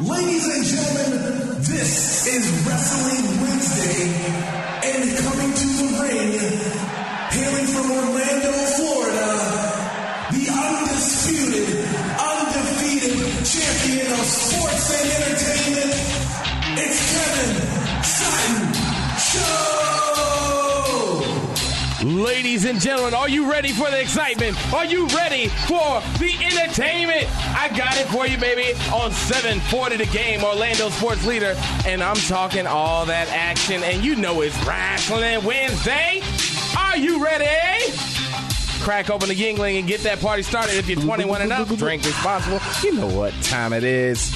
Ladies and gentlemen, this is Wrestling Wednesday, and coming to the ring, hailing from Orlando, Florida, the undisputed, undefeated champion of sports and entertainment, it's Kevin Sutton Show! Ladies and gentlemen, are you ready for the excitement? Are you ready for the entertainment? I got it for you, baby, on 740 The Game, Orlando sports leader. And I'm talking all that action, and you know it's Wrestling Wednesday. Are you ready? Crack open the Yingling and get that party started if you're 21 and up. Drink responsible. You know what time it is.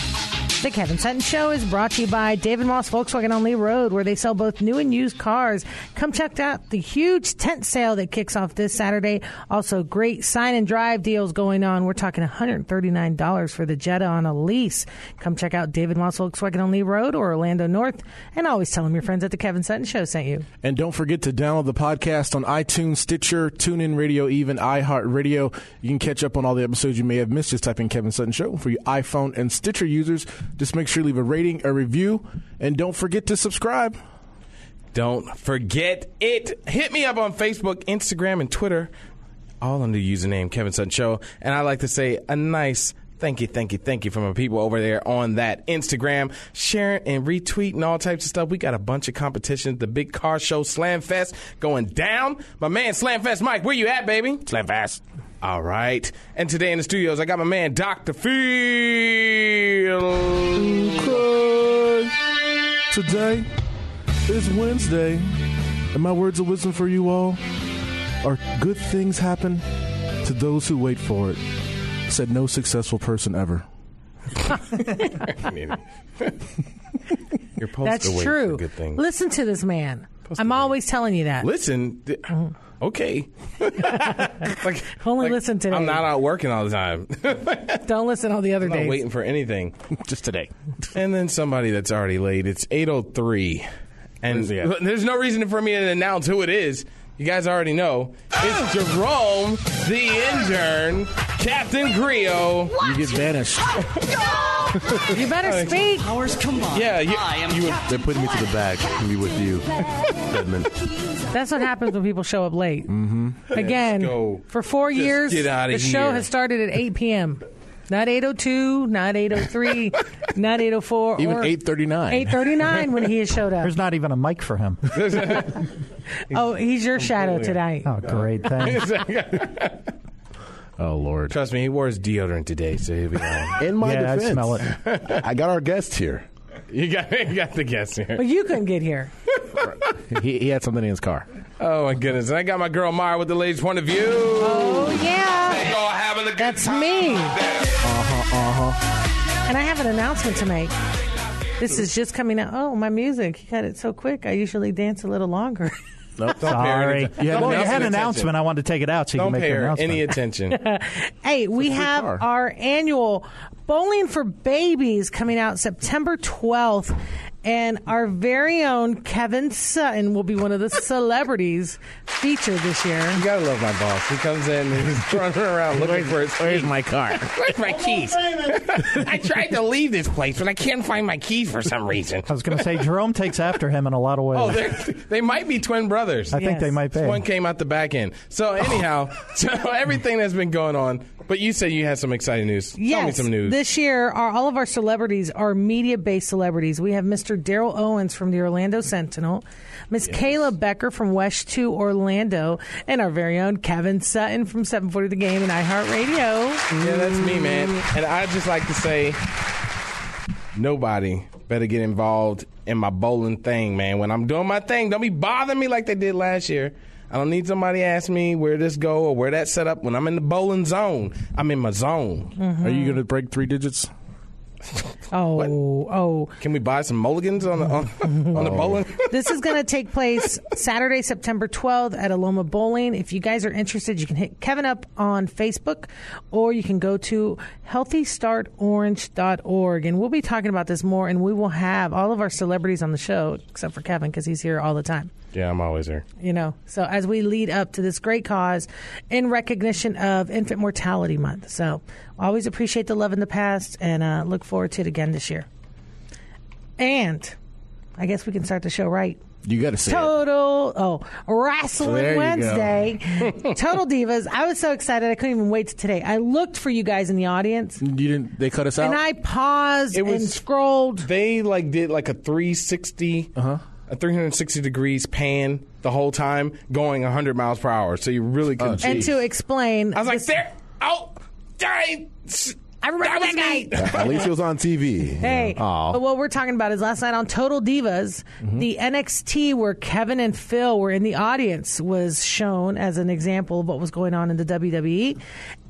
The Kevin Sutton Show is brought to you by David Moss Volkswagen on Lee Road, where they sell both new and used cars. Come check out the huge tent sale that kicks off this Saturday. Also, great sign and drive deals going on. We're talking $139 for the Jetta on a lease. Come check out David Moss Volkswagen on Lee Road or Orlando North, and always tell them your friends at the Kevin Sutton Show sent you. And don't forget to download the podcast on iTunes, Stitcher, TuneIn Radio, even iHeartRadio. You can catch up on all the episodes you may have missed. Just type in Kevin Sutton Show for you iPhone and Stitcher users. Just make sure you leave a rating, a review, and don't forget to subscribe. Don't forget it. Hit me up on Facebook, Instagram, and Twitter, all under the username Kevin Sutton Show. And I'd like to say a nice thank you, thank you, thank you from our people over there on that Instagram, sharing and retweeting all types of stuff. We got a bunch of competitions. The big car show Slam Fest going down. My man Slam Fest Mike, where you at, baby? Slam Fest. All right. And today in the studios, I got my man Dr. Phil. Today is Wednesday, and my words of wisdom for you all are good things happen to those who wait for it, said no successful person ever. I mean, you're supposed That's to wait true. for good things. Listen to this man. I'm always telling you that. Listen, th- Mm-hmm. okay. like, Only listen today. I'm not out working all the time. Don't listen all the other not days. waiting for anything. Just today. And then somebody that's already late. It's 8:03, and Where's he at? there's no reason for me to announce who it is. You guys already know. It's Jerome, the intern, Captain Grio. You get vanished. You better speak. Yeah, you, you would- Oh, They're putting me to the back to be with you, Edmund. That's what happens when people show up late. Mm-hmm. Again, go. for four Just years, get outta the show here. has started at 8 p.m. Not 8.02, not 8.03, not 8.04. Even or 839. 8.39 when he has showed up. There's not even a mic for him. Oh, he's your shadow tonight. Oh, great. Thanks. Oh, Lord. trust me, he wore his deodorant today, so he'll be all right. In my yeah, I defense, smell it. I got our guest here. you got you got the guess here. But you couldn't get here. He, he had something in his car. Oh my goodness! And I got my girl Mara with the latest point of view. Oh, yeah. That's me. Uh-huh, uh-huh. uh-huh. And I have an announcement to make. This is just coming out. Oh, my music. You got it so quick. I usually dance a little longer. Parody. Sorry. Yeah, Don't well, pay us you had any an attention. announcement. I wanted to take it out so you Don't can make pay an her announcement. any attention. Hey, we have car. our annual Bowling for Babies coming out September 12th. And our very own Kevin Sutton will be one of the celebrities featured this year. You gotta love my boss. He comes in and he's running around looking for his Where's my car? Where's my keys? I tried to leave this place, but I can't find my keys for some reason. I was going to say Jerome takes after him in a lot of ways. Oh, they're- they might be twin brothers. I think Yes. they might be. One came out the back end. So Oh. anyhow, so everything that's been going on. But you said you had some exciting news. Tell me Yes, some news. this year our, all of our celebrities are media-based celebrities. We have Mr. Daryl Owens from the Orlando Sentinel, Miss Kayla Becker from West 2 Orlando, and our very own Kevin Sutton from 740 The Game and iHeartRadio. yeah, that's me, man. And I just like to say, nobody better get involved in my bowling thing, man. When I'm doing my thing, don't be bothering me like they did last year. I don't need somebody ask me where this go or where that set up. When I'm in the bowling zone, I'm in my zone. Mm-hmm. Are you going to break three digits? Oh, oh. Can we buy some mulligans on the on, on the bowling? this is going to take place Saturday, September 12th at Aloma Bowling. If you guys are interested, you can hit Kevin up on Facebook or you can go to healthystartorange.org. And we'll be talking about this more, and we will have all of our celebrities on the show, except for Kevin, because he's here all the time. Yeah, I'm always there. you know. So as we lead up to this great cause in recognition of Infant Mortality Month. So always appreciate the love in the past and uh, look forward to it again this year. And I guess we can start the show right. You got to say it. Total oh There wrestling you go. Wednesday, total divas. I was so excited I couldn't even wait to today. I looked for you guys in the audience You didn't. They cut us out. and I paused It was- and scrolled. They like did like a 360, Uh-huh. a 360 degrees pan the whole time, going 100 miles per hour. So you really Oh, couldn't. gee. And to explain, I was like, this- there, oh, I, I remember that, guy. At least it was on TV. Hey, Aw. but what we're talking about is last night on Total Divas, Mm-hmm. the NXT where Kevin and Phil were in the audience was shown as an example of what was going on in the WWE.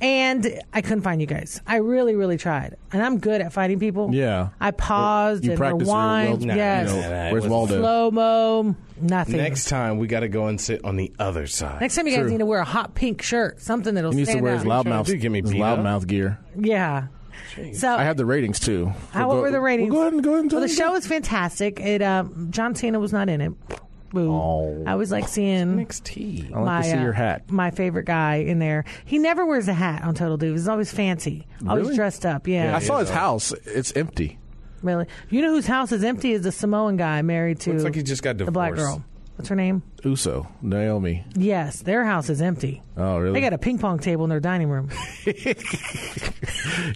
And I couldn't find you guys. I really, really tried. And I'm good at finding people. Yeah. I paused You and practice your rewind. well- Nah, yes. you know, where's Waldo? Slow mo, nothing. Next time we got to go and sit on the other side. Next time you guys need to wear a hot pink shirt, something that'll He needs to stand wear his out. loudmouth. Dude, give me his beat up. loudmouth gear. Yeah. So I have the ratings too. How We'll go- were the ratings? We'll go ahead and go ahead and Well, the tell show them. was fantastic. It um, John Cena was not in it. Boo. I always like seeing NXT. I Oh. like to my, see uh, your hat. my favorite guy in there. He never wears a hat on Total Divas. He's always fancy, always Really? dressed up. Yeah, I saw his house. It's empty. really. You know whose house is empty is the Samoan guy married to Looks like he just got the black divorced. girl. What's her name? Uso, Naomi. Yes, their house is empty. Oh, really? They got a ping pong table in their dining room.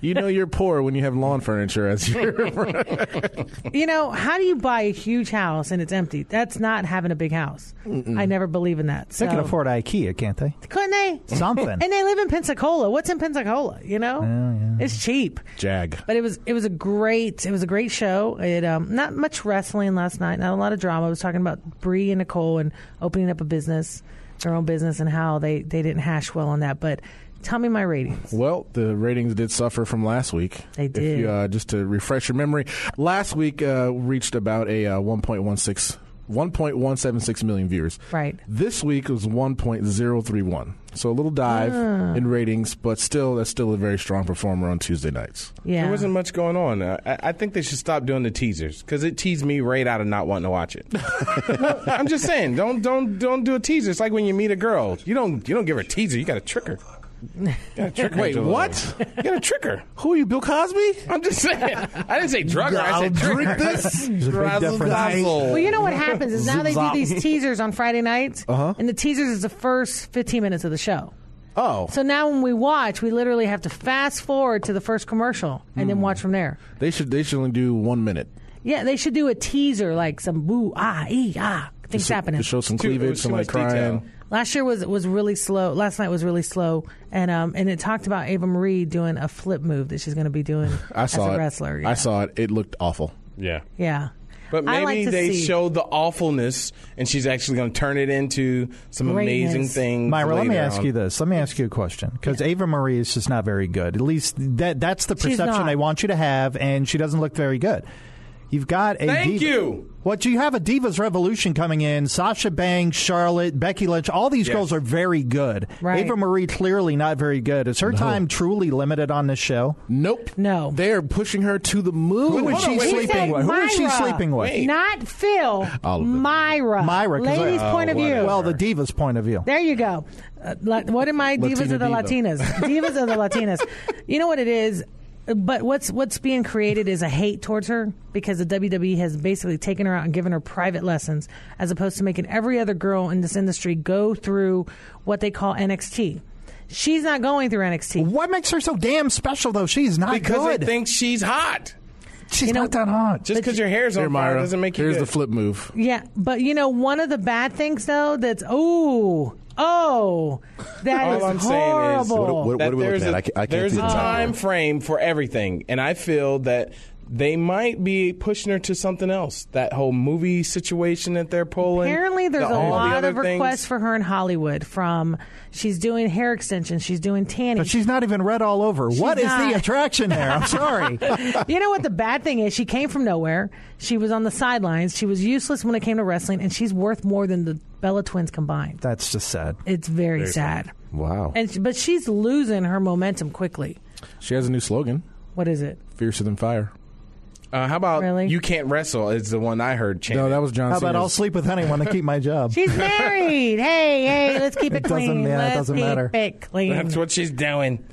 You know you're poor when you have lawn furniture as your. you know, how do you buy a huge house and it's empty? That's not having a big house. I never believe in that. They So. can afford IKEA, can't they? Couldn't they? Something. And they live in Pensacola. What's in Pensacola? You know, it's cheap. Jag. But it was it was a great it was a great show. It um not much wrestling last night, not a lot of drama. I was talking about Bree and Nicole and opening up a business, their own business, and how they they didn't hash well on that. But tell me my ratings. Well, the ratings did suffer from last week. They If did. you, uh, just to refresh your memory, last week uh, reached about a uh, 1.16, 1.176 million viewers. Right. This week was 1.031. So a little dive Ah. in ratings, but still, that's still a very strong performer on Tuesday nights. Yeah, There wasn't much going on. Uh, I, I think they should stop doing the teasers because it teased me right out of not wanting to watch it. No, I'm just saying, don't don't don't do a teaser. It's like when you meet a girl, you don't you don't give her a teaser. You got to trick her. You gotta trick her Wait, into a little- what? You got to trick her. Who are you, Bill Cosby? I'm just saying. I didn't say drug her. I said I'll trick her. drink this. There's a big Razzle difference. dazzle. Well, you know what happens is now they do Zop. these teasers on Friday nights, Uh-huh. and the teasers is the first 15 minutes of the show. Oh, So now when we watch, we literally have to fast forward to the first commercial and Hmm. then watch from there. they should they should only do one minute. Yeah, they should do a teaser like some boo ah ee ah things happening. To show some Too- it was cleavage, too some like much detail. crying. Last year was was really slow. Last night was really slow, and um and it talked about Ava Marie doing a flip move that she's going to be doing I saw as a it. wrestler. Yeah. I saw it. It looked awful. Yeah. Yeah, But I maybe like to they see- showed the awfulness, and she's actually going to turn it into some amazing Greatness. things. Myra, let me later ask on. you this. Let me ask you a question because Ava Marie is just not very good. At least that that's the She's perception not. they want you to have, and she doesn't look very good. You've got a Thank diva- you. What you have a divas revolution coming in. Sasha Banks, Charlotte, Becky Lynch. All these Yes. girls are very good. Right. Ava Marie clearly not very good. Is her time truly limited on this show? Nope. No. They are pushing her to the moon. Who Hold is on, she wait, wait, sleeping wait. with? Who is she Myra. sleeping with? Wait. not Phil, All of them. Myra, Myra, 'cause I- ladies' Oh, point of view. whatever. Well, the diva's point of view. There you go. Uh, la- what am I? Divas Latina of the diva. Latinas. Divas of the Latinas. You know what it is. But what's what's being created is a hate towards her because the WWE has basically taken her out and given her private lessons, as opposed to making every other girl in this industry go through what they call NXT. She's not going through NXT. What makes her so damn special, though? She's not Because good. they think she's hot. She's You know- not that hot. Just because your hair's on Here, fire Myra, doesn't make you Here's good. the flip move. Yeah, but you know one of the bad things though that's oh oh that All is I'm saying horrible. is- What- what- that are we there's looking at? a- I ca- I can't there's see a the timeline. time frame for everything, and I feel that they might be pushing her to something else. That whole movie situation that they're pulling. Apparently, there's the- a all the lot other of requests for her in Hollywood. From she's doing hair extensions, she's doing tanning. But she's not even red all over. what is not. the attraction there? I'm sorry. you know what the bad thing is? She came from nowhere. She was on the sidelines. She was useless when it came to wrestling, and she's worth more than the Bella twins combined. That's just sad. It's very, sad. Wow. And but she's losing her momentum quickly. She has a new slogan: What is it? "Fiercer than fire." Uh, how about Really? you can't wrestle? Is the one I heard. Chanted. No, that was John. How about Cena's. I'll sleep with anyone to keep my job? She's married. hey, hey, let's keep it, It doesn't- clean. yeah, it let's doesn't keep matter. it clean. That's what she's doing.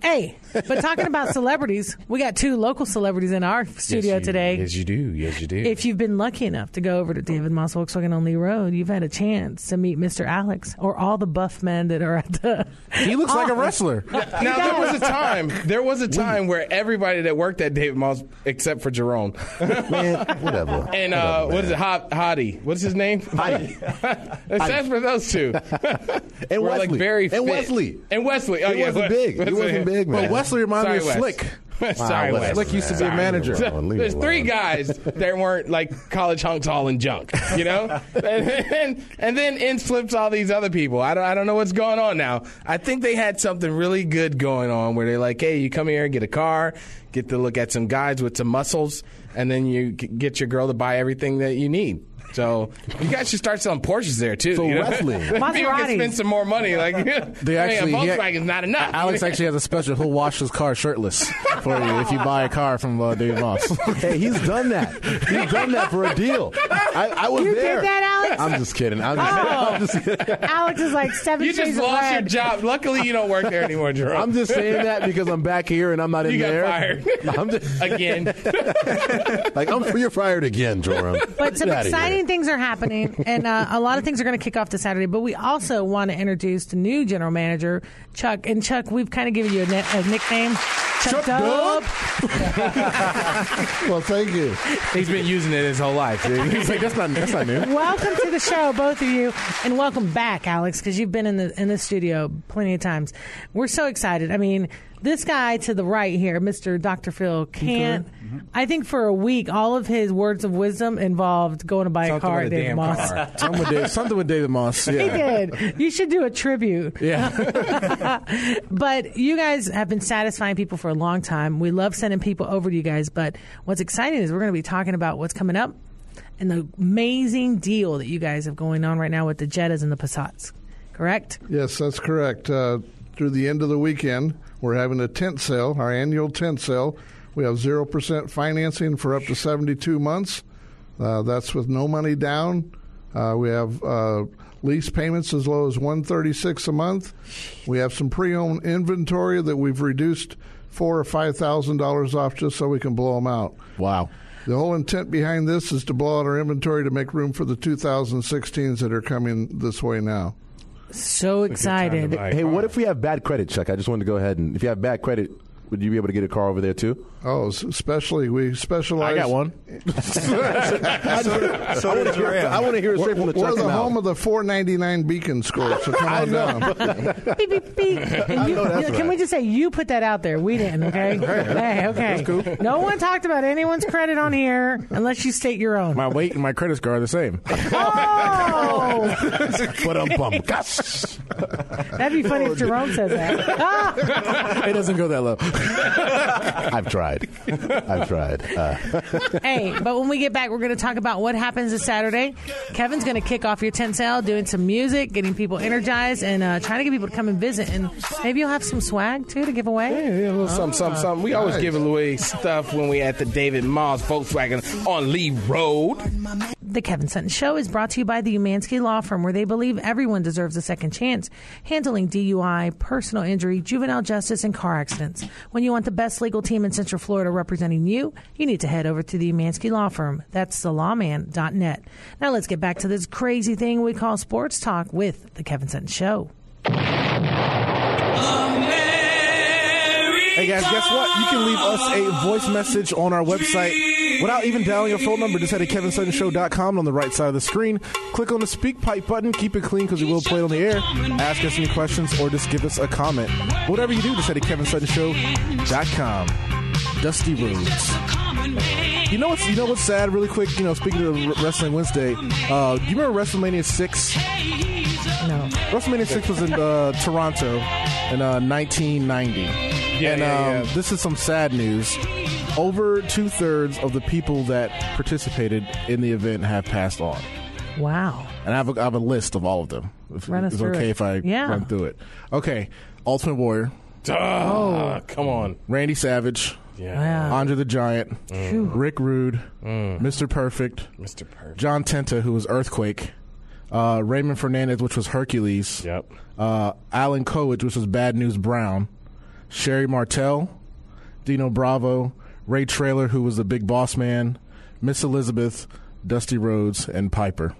hey, but talking about celebrities, we got two local celebrities in our studio Yes, you- today. Yes, you do. Yes, you do. If you've been lucky enough to go over to David Moss Volkswagen on Lee Road, you've had a chance to meet Mr. Alex or all the buff men that are at the. He looks like a wrestler. now there was a time. There was a time where everybody that worked at David Moss, except for Jerome, Man, whatever. and uh, Whatever, what is it, man. Hod- Hottie? What's his name? Hottie. Except for those two. And Were, like Wesley. very And fit. Wesley. And Wesley. Oh He yeah, wasn't Wes- big. He Wesley. wasn't big, man. But Wesley reminded me of Sorry, Wes. Slick. Sorry, Wes, Wes. Slick used to be a man. manager. Leave it alone, leave it There's three alone. guys that weren't like college hunks hauling junk, you know, and then and then in flips all these other people. I don't I don't know what's going on now. I think they had something really good going on where they're like, hey, you come here and get a car, get to look at some guys with some muscles, and then you g- get your girl to buy everything that you need. So you guys should start selling Porsches there too. So you know? wrestling. people can Maseratis. spend some more money. Like They actually I mean, a he- Volkswagen's not enough. Alex actually has a special. He'll wash his car shirtless for you if you buy a car from uh, David Moss. Hey, he's done that. He's done that for a deal. I, I was You did there. that, Alex? I'm just kidding. I'm just, Oh. I'm just kidding. Alex is like seven you just shades of lost your red. job. Luckily, you don't work there anymore, Jerome. I'm just saying that because I'm back here and I'm not in You got there. fired. I'm just again. like I'm you're fired again, Joram. But some Get outta here. exciting things are happening, and uh, a lot of things are going to kick off this Saturday. But we also want to introduce the new general manager, Chuck. And Chuck, we've kind of given you a, ni- a nickname, Chuck, Chuck Dub. Dub. Well, thank you. He's been using it his whole life. He's like, that's not that's not new. Welcome to the show, both of you, and welcome back, Alex, because you've been in the in the studio plenty of times. We're so excited. I mean, this guy to the right here, Mr. Dr. Phil, can't. I think for a week, all of his words of wisdom involved going to buy a car at David Moss. Something with, Dave, something with David Moss. He Yeah. did. You should do a tribute. Yeah. But you guys have been satisfying people for a long time. We love sending people over to you guys. But what's exciting is we're going to be talking about what's coming up and the amazing deal that you guys have going on right now with the Jettas and the Passats. Correct? Yes, that's correct. Uh, through the end of the weekend, we're having a tent sale, our annual tent sale. We have 0% financing for up to 72 months. Uh, that's with no money down. Uh, we have uh, lease payments as low as 136 a month. We have some pre-owned inventory that we've reduced four or five thousand dollars off just so we can blow them out. Wow. The whole intent behind this is to blow out our inventory to make room for the 2016s that are coming this way now. So excited. Hey, what if we have bad credit, Chuck? I just wanted to go ahead and if you have bad credit, would you be able to get a car over there too? Oh, s- especially we specialize. I got one. So I want to hear, I want to hear it straight from the We're Chuck's the mouth. home of the 499 beacon score, so come on down. Beep, beep, beep. And you- that's can we right. just say you put that out there? We didn't, okay? hey, okay. No one talked about anyone's credit on here unless you state your own. My weight and my credit score are the same. Oh! But um, bum, gosh. That'd be funny if Jerome said that. Ah! It doesn't go that low. I've tried. I've tried. Uh, hey, but when we get back, we're going to talk about what happens this Saturday. Kevin's going to kick off your tent sale, doing some music, getting people energized, and uh, trying to get people to come and visit. And maybe you'll have some swag too to give away. Yeah, yeah, a little something, something, something. We always give away stuff when we at the David Moss Volkswagen on Lee Road. The Kevin Sutton Show is brought to you by the Umansky Law Firm, where they believe everyone deserves a second chance, handling DUI, personal injury, juvenile justice, and car accidents. When you want the best legal team in Central Florida representing you, you need to head over to the Umansky Law Firm. That's thelawman.net. Now let's get back to this crazy thing we call sports talk with the Kevin Sutton Show. Hey guys, guess what? You can leave us a voice message on our website without even dialing your phone number. Just head to kevinsuttonshow.com and on the right side of the screen. Click on the speak pipe button. Keep it clean because we will play it on the air. Ask us any questions or just give us a comment. Whatever you do, just head to kevinsuttonshow.com. Dusty Rhodes. You know what's you know what's sad? Really quick, you know, speaking of Wrestling Wednesday, uh, do you remember WrestleMania six? No. WrestleMania six was in uh, Toronto in uh, 1990, and yeah, um, yeah. this is some sad news. Over two thirds of the people that participated in the event have passed on, Wow. and I have a, I have a list of all of them. If Run us it's through okay it. if I Yeah. run through it. Okay, Ultimate Warrior, Duh, come on. Randy Savage, Uh, Yeah. Mm. Andre the Giant, Rick Rude, Mr. Perfect, Mr. Perfect. John Tenta, who was Earthquake, uh, Raymond Fernandez, which was Hercules, Yep. uh, Alan Cowage, which was Bad News Brown, Sherry Martel, Dino Bravo, Ray Trailer, who was the Big Boss Man, Miss Elizabeth, Dusty Rhodes, and Piper.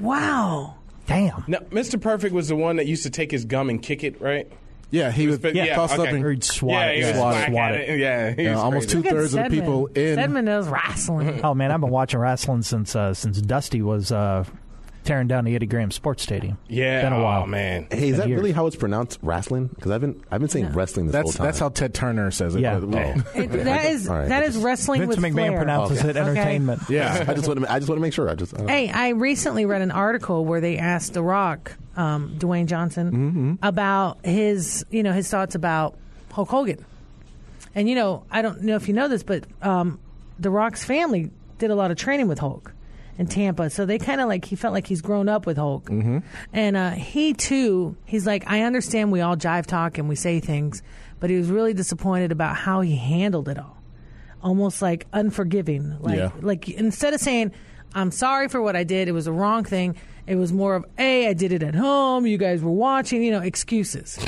Wow. Damn. Now, Mr. Perfect was the one that used to take his gum and kick it, right? Yeah, he was but- yeah, tossed up okay. and Or he'd swat yeah, it. he was Swat it. whack Swat at it. it. Yeah, he Yeah, was almost crazy. Look at Two-thirds of the Sedman. people in- Sedman knows wrestling. Oh man, I've been watching wrestling since uh, since Dusty was uh, tearing down the Eddie Graham Sports Stadium. Yeah, been a while, oh, man. Hey, is that years. really how it's pronounced? Wrestling? Because I've been I've been saying wrestling this whole That's time. that's how Ted Turner says it. Yeah. Oh. It- that is All right. that is wrestling Vince with McMahon flair. pronounces Okay. it entertainment. yeah. I just want to I just want to make sure. I just I don't- Hey, I recently read an article where they asked The Rock, um, Dwayne Johnson, about his, you know, his thoughts about Hulk Hogan. And you know, I don't know if you know this, but um, The Rock's family did a lot of training with Hulk in Tampa, so they kind of like he felt like he's grown up with Hulk. Mm-hmm. And uh, he too, he's like, I understand we all jive talk and we say things, but he was really disappointed about how he handled it all. Almost like unforgiving, like Yeah. like instead of saying i'm sorry for what i did it was a wrong thing it was more of hey i did it at home you guys were watching you know excuses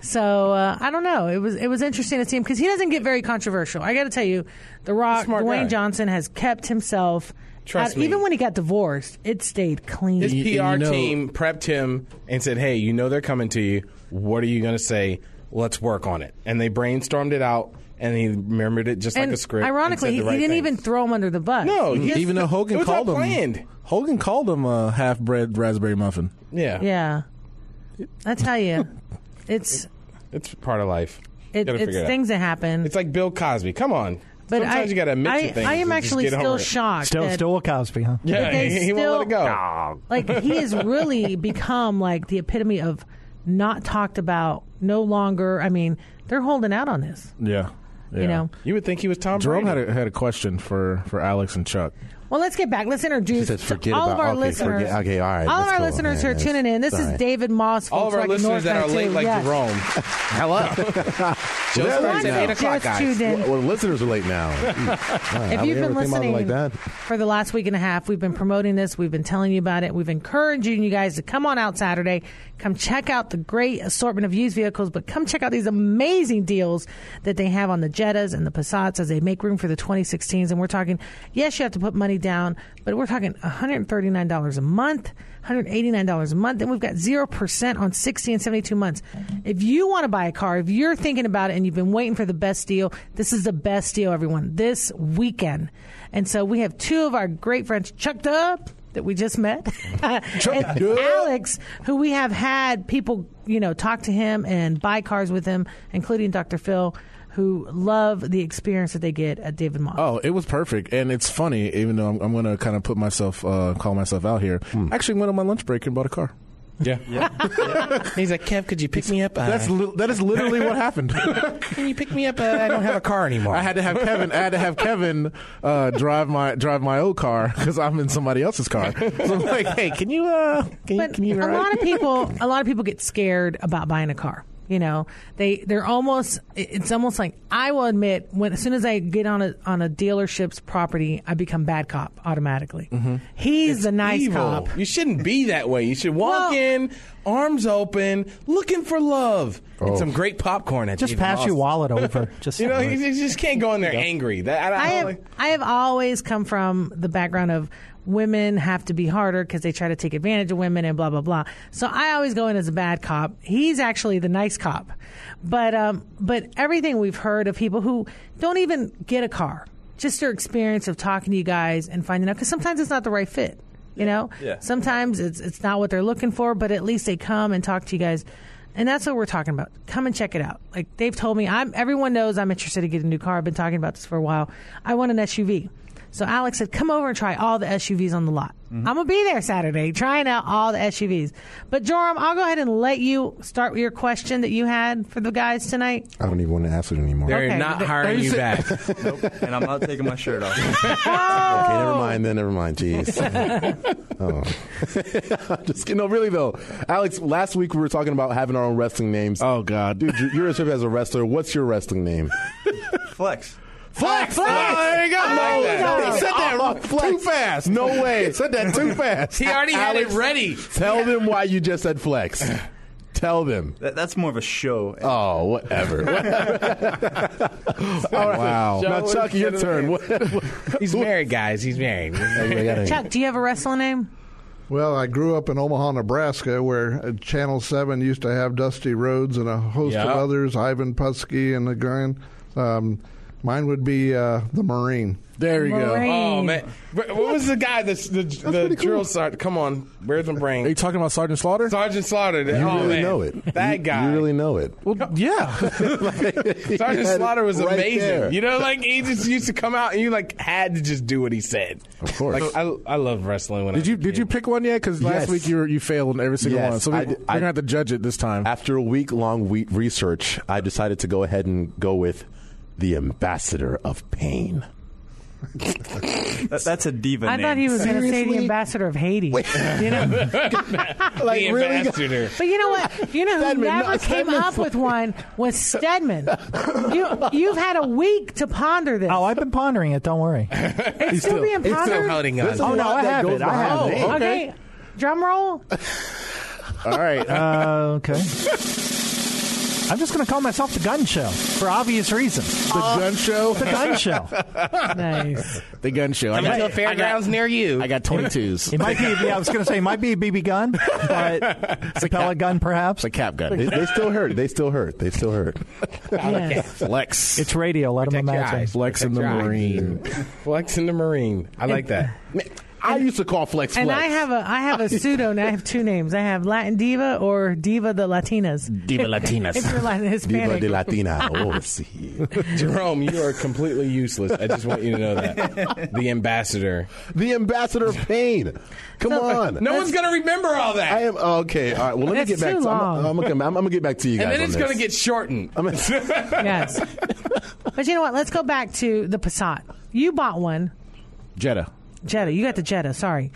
so uh, i don't know it was it was interesting to see him because he doesn't get very controversial i gotta tell you the rock Smart dwayne guy. johnson has kept himself Trust out- me. even when he got divorced it stayed clean His You- you PR know- team prepped him and said, "Hey, you know they're coming to you. What are you going to say? Let's work on it." And they brainstormed it out, and he remembered it just and like a script. and ironically said the he, right he didn't things. even throw him under the bus Mm-hmm. No, he just- Even though Hogan it was all called him planned. Hogan called him a half bred raspberry muffin. Yeah, yeah i tell you it's it's part of life. it, Gotta it's figure it out. things that happen It's like Bill Cosby. Come on, but sometimes I, you got to admit I, to things. I am and just actually get still over it. shocked Still, that- still a Cosby, huh? Yeah, they he, he won't let it still- go. like he has really become like the epitome of not talked about no longer i mean they're holding out on this Yeah. you know You would think he was Tom Jerome had Brady. a, had a question for, for Alex and Chuck. well let's get back let's introduce says to forget all about- of our okay, listeners forget- okay, all right, all of that's our cool. listeners Yeah, who are that's- tuning in this all is right. david moss All of our Volkswagen listeners North that are 92, late, like yes. Jerome, Hello. Joe Well, starts at yeah. eight o'clock, Just guys. tuned in. well, listeners are late now. Mm. If Wow, you've we been ever came out listening like that, for the last week and a half, we've been promoting this. We've been telling you about it. We've encouraging you guys to come on out Saturday. Come check out the great assortment of used vehicles, but come check out these amazing deals that they have on the Jettas and the Passats as they make room for the 2016s. And we're talking, yes, you have to put money down, but we're talking $139 a month. $189 a month, and we've got 0% on 60 and 72 months. If you want to buy a car, if you're thinking about it and you've been waiting for the best deal, this is the best deal, everyone, this weekend. And so we have two of our great friends, Chuck Dub, that we just met, and Dub. Alex, who we have had people, you know, talk to him and buy cars with him, including Dr. Phil, who love the experience that they get at David Moss. Oh, it was perfect, and it's funny. Even though I'm, I'm going to kind of put myself, uh, call myself out here. Hmm. I actually went on my lunch break and bought a car. Yeah. He's like, Kev, could you pick me up? Uh, That's li- that is literally what happened. can you pick me up? Uh, I don't have a car anymore. I had to have Kevin. I had to have Kevin uh, drive my drive my old car because I'm in somebody else's car. So I'm like, hey, can you uh, can you But can you a ride? lot of people, a lot of people get scared about buying a car. You know, they they're almost. it- It's almost like I will admit when as soon as I get on a on a dealership's property, I become bad cop automatically. Mm-hmm. He's the nice evil. cop. You shouldn't be that way. You should walk Well- in, arms open, looking for love and some great popcorn at Just David pass Moss. your wallet over. Just You know, you, you just can't go in there angry. That, I, I I don't have like- I have always come from the background of women have to be harder because they try to take advantage of women and blah blah blah. So I always go in as a bad cop. He's actually the nice cop, but um, but everything we've heard of people who don't even get a car, just their experience of talking to you guys and finding out because sometimes it's not the right fit. You know, Yeah. sometimes it's it's not what they're looking for, but at least they come and talk to you guys. And that's what we're talking about. Come and check it out. Like they've told me, I'm everyone knows I'm interested in getting a new car. I've been talking about this for a while. I want an SUV. So Alex said, "Come over and try all the SUVs on the lot. I'm gonna be there Saturday, trying out all the SUVs." But Joram, I'll go ahead and let you start with your question that you had for the guys tonight. I don't even want to ask it anymore. They're Okay, not th- hiring you back. and I'm not taking my shirt off. Okay, never mind then. Never mind. Jeez. oh. Just kidding. No, really though, Alex. Last week we were talking about having our own wrestling names. oh God, Dude, you- you're a trip as a wrestler. What's your wrestling name? Flex. Flex! Flex! Oh, there you go. No, I like that. no, he said that too fast. No way. said that too fast. He already had it ready. Tell them why you just said flex. Tell them. That, that's more of a show. Oh, whatever. All right. Wow. Now, Chuck, your turn. He's married, guys. He's married. Chuck, do you have a wrestling name? Well, I grew up in Omaha, Nebraska, where uh, Channel 7 used to have Dusty Rhodes and a host Yeah. of others, Ivan Pusky and the Gurn. Um, mine would be uh, the Marine. there you go. Marine. Oh man, Wh- what was the guy? that's- The the, the drill sergeant. Come on, where's my Are you brain? talking about Sergeant Slaughter? Sergeant Slaughter. You oh, really man. know it. That You- guy. You really know it. yeah. Sergeant had it Slaughter was right amazing. there. You know, like he just used to come out and you like had to just do what he said. Of course. Like I, I love wrestling. When I Did was you a did kid. you pick one yet? Because last Yes. week you were, you failed on every single Yes, one. So we, I are did- I- gonna have to judge it this time. After a week long we- research, I decided to go ahead and go with the ambassador of pain. That, that's a diva I name. thought he was going to say the ambassador of Haiti. You know? Like, the really? ambassador? But you know what? You know who Stedman, never no, came Stedman's up with one was Stedman. You, you've had a week to ponder this. Oh, I've been pondering it. Don't worry. it's still, being He's pondered. still holding This on. is Oh, a no, lot I that have goes it. I behind have the it. name. okay. Drum roll. All right. Uh, okay. I'm just going to call myself the gun show for obvious reasons. the gun show. The gun show. Nice. The gun show. Come to a fairgrounds near you. got 22s. It might be. Yeah, I was going to say it might be a BB gun, but it's a pellet gun, perhaps. cap gun. they, they still hurt. They still hurt. They still hurt. Yes. Flex. It's radio. Let Protect them your imagine. eyes. Flex and the Protect your eyes. Marine. Flex in the Marine. I like that. I used to call flex And flex. I have a I have a pseudo. I have two names. I have Latin Diva or Diva the Latinas. Diva Latinas. If you're Latin Diva Hispanic, de Latina. Oh, see. Jerome, you are completely useless. I just want you to know that. The ambassador. The ambassador of pain. Come on. No one's going to remember all that. I am okay. All right. Well, let me That's get back. too To, I'm, long. I'm gonna come. I'm, I'm gonna get back to you guys. and then it's on going to this. get shortened. I'm gonna- yes. But you know what? Let's go back to the Passat. You bought one, Jetta. Jetta. You got the Jetta. Sorry,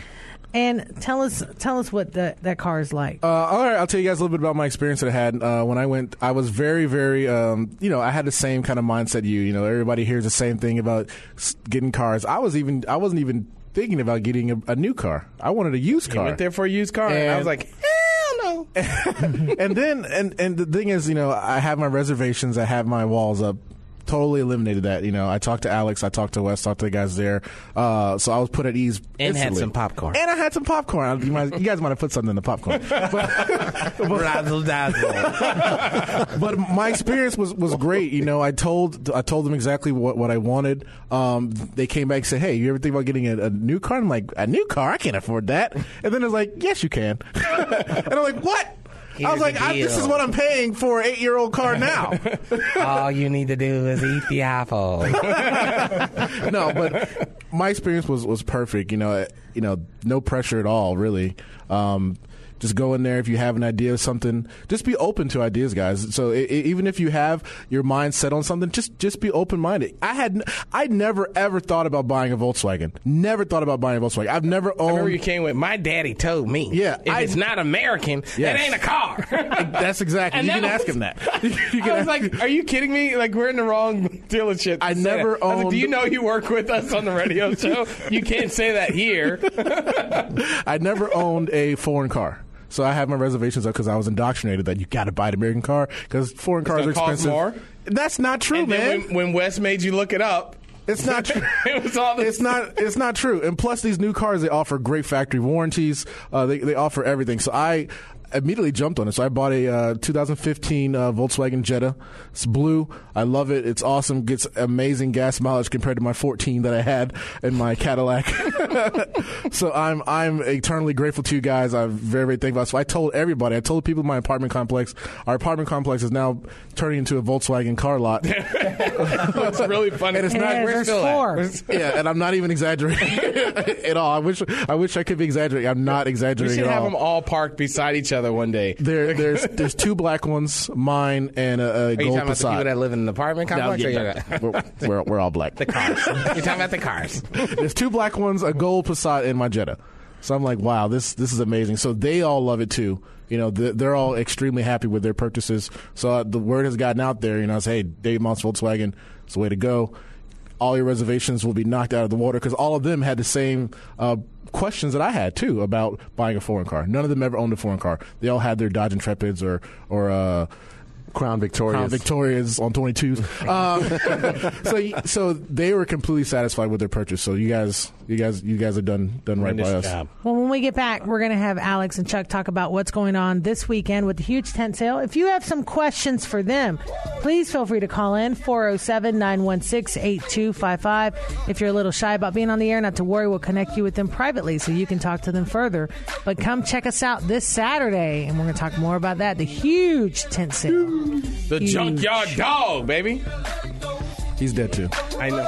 and tell us tell us what the, that car is like. Uh, all right, I'll tell you guys a little bit about my experience that I had uh, when I went. I was very, very, um, you know, I had the same kind of mindset. You, you know, everybody hears the same thing about s- getting cars. I was even, I wasn't even thinking about getting a, a new car. I wanted a used car. Went there for a used car. And, I was And- like, hell no. and then and and the thing is, you know, I have my reservations. I have my walls up. Totally eliminated that. You know, I talked to Alex, I talked to Wes, talked to the guys there. Uh, so I was put at ease. And had instantly. some popcorn. And I had some popcorn. I- You, might, you guys might have put something in the popcorn. But, Razzle dazzle. but my experience was, was great. You know, I told I told them exactly what, what I wanted. Um, they came back and said, "Hey, you ever think about getting a, a new car?" I'm like, "A new car? I can't afford that." And then it's like, "Yes, you can." and I'm like, "What?" I Here's was like, the I, "This deal." is what I'm paying for an eight year old car now." all you need to do is eat the apple. no, but my experience was was perfect. You know, uh, you know, no pressure at all, really. Um, just go in there if you have an idea of something. Just be open to ideas, guys. So i i even if you have your mind set on something, just just be open minded. I had n- I never ever thought about buying a Volkswagen. Never thought about buying a Volkswagen. I've never I remember owned. you came with, my daddy told me. Yeah, If I- it's not American, Yes. it ain't a car. That's exactly. And You that can was- ask him that. You can I ask- was like, "Are you kidding me? Like, we're in the wrong dealership." I to say never that. I was like, owned- Do you know you work with us on the radio show? You can't say that here. I never owned a foreign car. So I have my reservations up because I was indoctrinated that you got to buy an American car because foreign cars are gonna cost expensive. more? That's not true, And man. then when, when Wes made you look it up, it's not true. it was all the It's not. It's not true. And plus, these new cars they offer great factory warranties. Uh, they they offer everything. So I immediately jumped on it. So I bought a uh, 2015 uh, Volkswagen Jetta. It's blue. I love it. It's awesome. Gets amazing gas mileage compared to my 14 that I had in my Cadillac. so I'm I'm eternally grateful to you guys. I'm very very thankful. So I told everybody. I told the people in my apartment complex. Our apartment complex is now turning into a Volkswagen car lot. It's really funny. And it's And not- there's- we're Eh, there's still at- four. we're yeah, and I'm not even exaggerating at all. I wish I wish I could be exaggerating. I'm not We exaggerating should at have all. them all parked beside each other one day. There, there's there's two black ones, mine and a, a Are you gold talking about the people that Passat. live in an apartment complex? or you're not? we're, we're, we're all black. the cars. You're talking about the cars. There's two black ones, a gold Passat, and my Jetta. So I'm like, wow, this this is amazing. So they all love it too. You know, th- they're all extremely happy with their purchases. So uh, the word has gotten out there. You know, I say, hey, Dave Moss Volkswagen, it's the way to go. all your reservations will be knocked out of the water because all of them had the same uh, questions that I had too about buying a foreign car. None of them ever owned a foreign car. They all had their Dodge Intrepids or or. Uh, Crown Victorious. Crown Victorias on 22s. Um, so, y- so they were completely satisfied with their purchase. So you guys, you guys, you guys are done, done right by us. Well, when we get back, we're going to have Alex and Chuck talk about what's going on this weekend with the huge tent sale. If you have some questions for them, please feel free to call in 407 916 8255. If you're a little shy about being on the air, not to worry, we'll connect you with them privately so you can talk to them further. But come check us out this Saturday, and we're going to talk more about that the huge tent sale. The Huge. junkyard dog, baby. He's dead too. I know.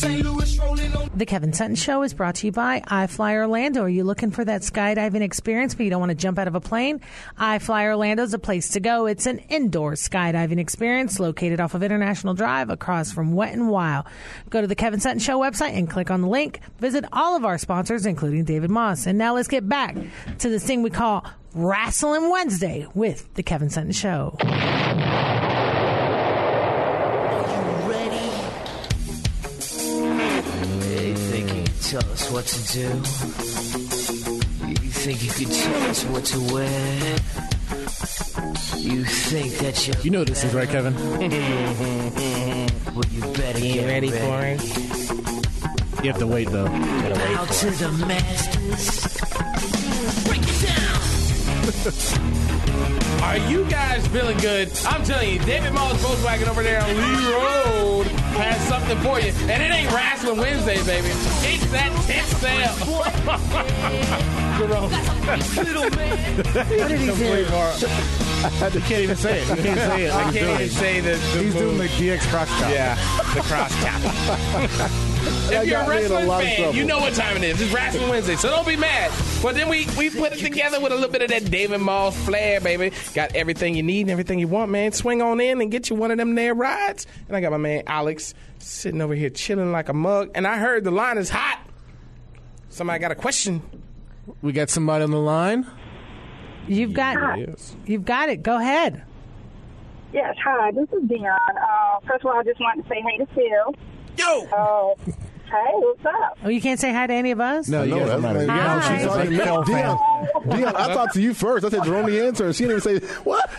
The Kevin Sutton Show is brought to you by iFly Orlando. Are you looking for that skydiving experience, but you don't want to jump out of a plane? iFly Orlando is a place to go. It's an indoor skydiving experience located off of International Drive across from Wet and Wild. Go to the Kevin Sutton Show website and click on the link. Visit all of our sponsors, including David Moss. And now let's get back to this thing we call Wrestling Wednesday with the Kevin Sutton Show. ready? You think you can tell us what to do? You think you can tell us what to wear? You think that you're You know this is right, Kevin. well, you better get ready, it? You have to wait though. Out to the masters. Break it down. Are you guys feeling good? I'm telling you, David Moss Volkswagen over there on Lee Road has something for you. And it ain't Wrestling Wednesday, baby. It's that tent sale. What did he do? You can't even say it. You can't say it. I can't even say that the He's doing the DX cross chop. Yeah, the cross cap. if you're a got me in a wrestling lot of fan, trouble. you know what time it is. It's Wrestling Wednesday, so don't be mad. But then we, we put it together with a little bit of that David Moss flair, baby. Got everything you need and everything you want, man. Swing on in and get you one of them there rides. And I got my man Alex sitting over here chilling like a mug. And I heard the line is hot. Somebody got a question. We got somebody on the line. You've got, you've got it. Go ahead. Yes, hi, this is Dion. Uh, first of all, I just wanted to say hey to Phil. Yo! Uh, hey, what's up? Oh, you can't say hi to any of us? No, you No, guys that's don't matter. not You even- guys- Hi. She's already She's Dion, like, Dion, Dion, I thought to you first. I said, "You're on the answer." and She didn't even say what.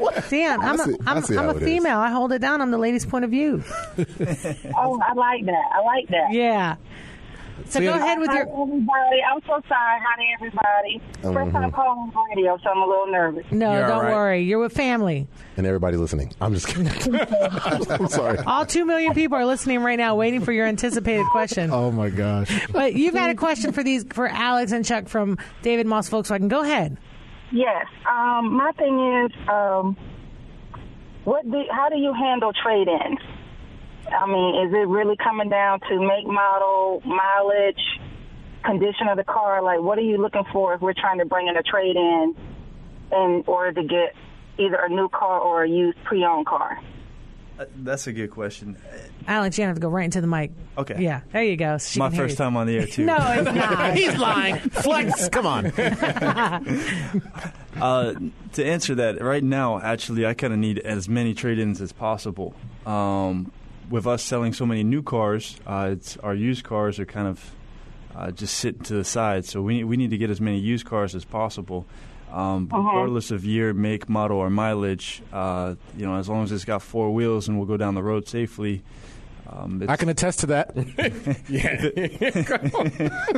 what? Damn, I'm I a, see- I I'm, see I'm how a it is. female. I hold it down. I'm the lady's point of view. Oh, I like that. I like that. Yeah. So go ahead with hi, your. everybody. I'm so sorry. Hi to everybody. Oh, First mm-hmm. time calling on radio, so I'm a little nervous. No, You're all don't right. worry. You're with family. And everybody listening. I'm just kidding. I'm sorry. All two million people are listening right now, waiting for your anticipated question. Oh my gosh. But you've got a question for these for Alex and Chuck from David Moss Volkswagen. Go ahead. Yes. Um, my thing is, um, what do, how do you handle trade-ins? I mean, is it really coming down to make, model, mileage, condition of the car? Like, what are you looking for if we're trying to bring in a trade-in in order to get either a new car or a used pre-owned car? Uh, That's a good question. Alex, you don't have to go right into the mic. Okay. Yeah, there you go. She My can hear first you. time on the air, too. No, it's not. He's lying. Flex. Come on. Uh, to answer that, right now, actually, I kind of need as many trade-ins as possible. Um, with us selling so many new cars, uh, it's, our used cars are kind of uh, just sitting to the side. So we we need to get as many used cars as possible, um, Mm-hmm. regardless of year, make, model, or mileage. Uh, you know, as long as it's got four wheels and will go down the road safely. Um, I can attest to that. No,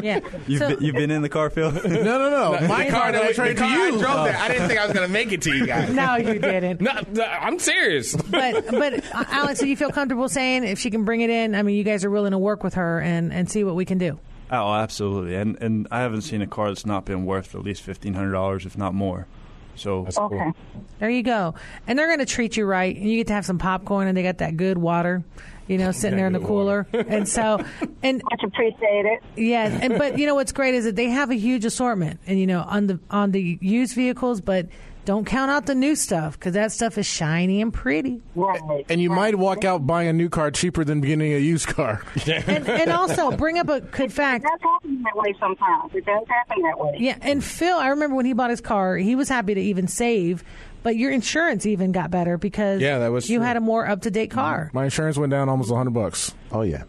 Yeah. You've, So- been, you've been in the car, Phil. no, no. My car, that was, the trade car I drove there, I Oh. didn't think I was going to make it to you guys. no, you didn't. No, no, I'm serious. but but uh, Alex, do you feel comfortable saying if she can bring it in? I mean, you guys are willing to work with her and and see what we can do. Oh, absolutely. And and I haven't seen a car that's not been worth at least fifteen hundred dollars, if not more. So Okay. There you go. And they're going to treat you right. And you get to have some popcorn and they got that good water, you know, sitting there in the good cooler. water. and so, and Much appreciated. yeah. And, but you know, what's great is that they have a huge assortment and, you know, on the, on the used vehicles, but Don't count out the new stuff because that stuff is shiny and pretty. Right. And you might walk out buying a new car cheaper than getting a used car. And, and also bring up a good fact. It does happen that way sometimes. It does happen that way. Yeah, and Phil, I remember when he bought his car, he was happy to even save, but your insurance even got better because Yeah, that was you true. had a more up to date car. Mm-hmm. My insurance went down almost 100 bucks. Oh yeah,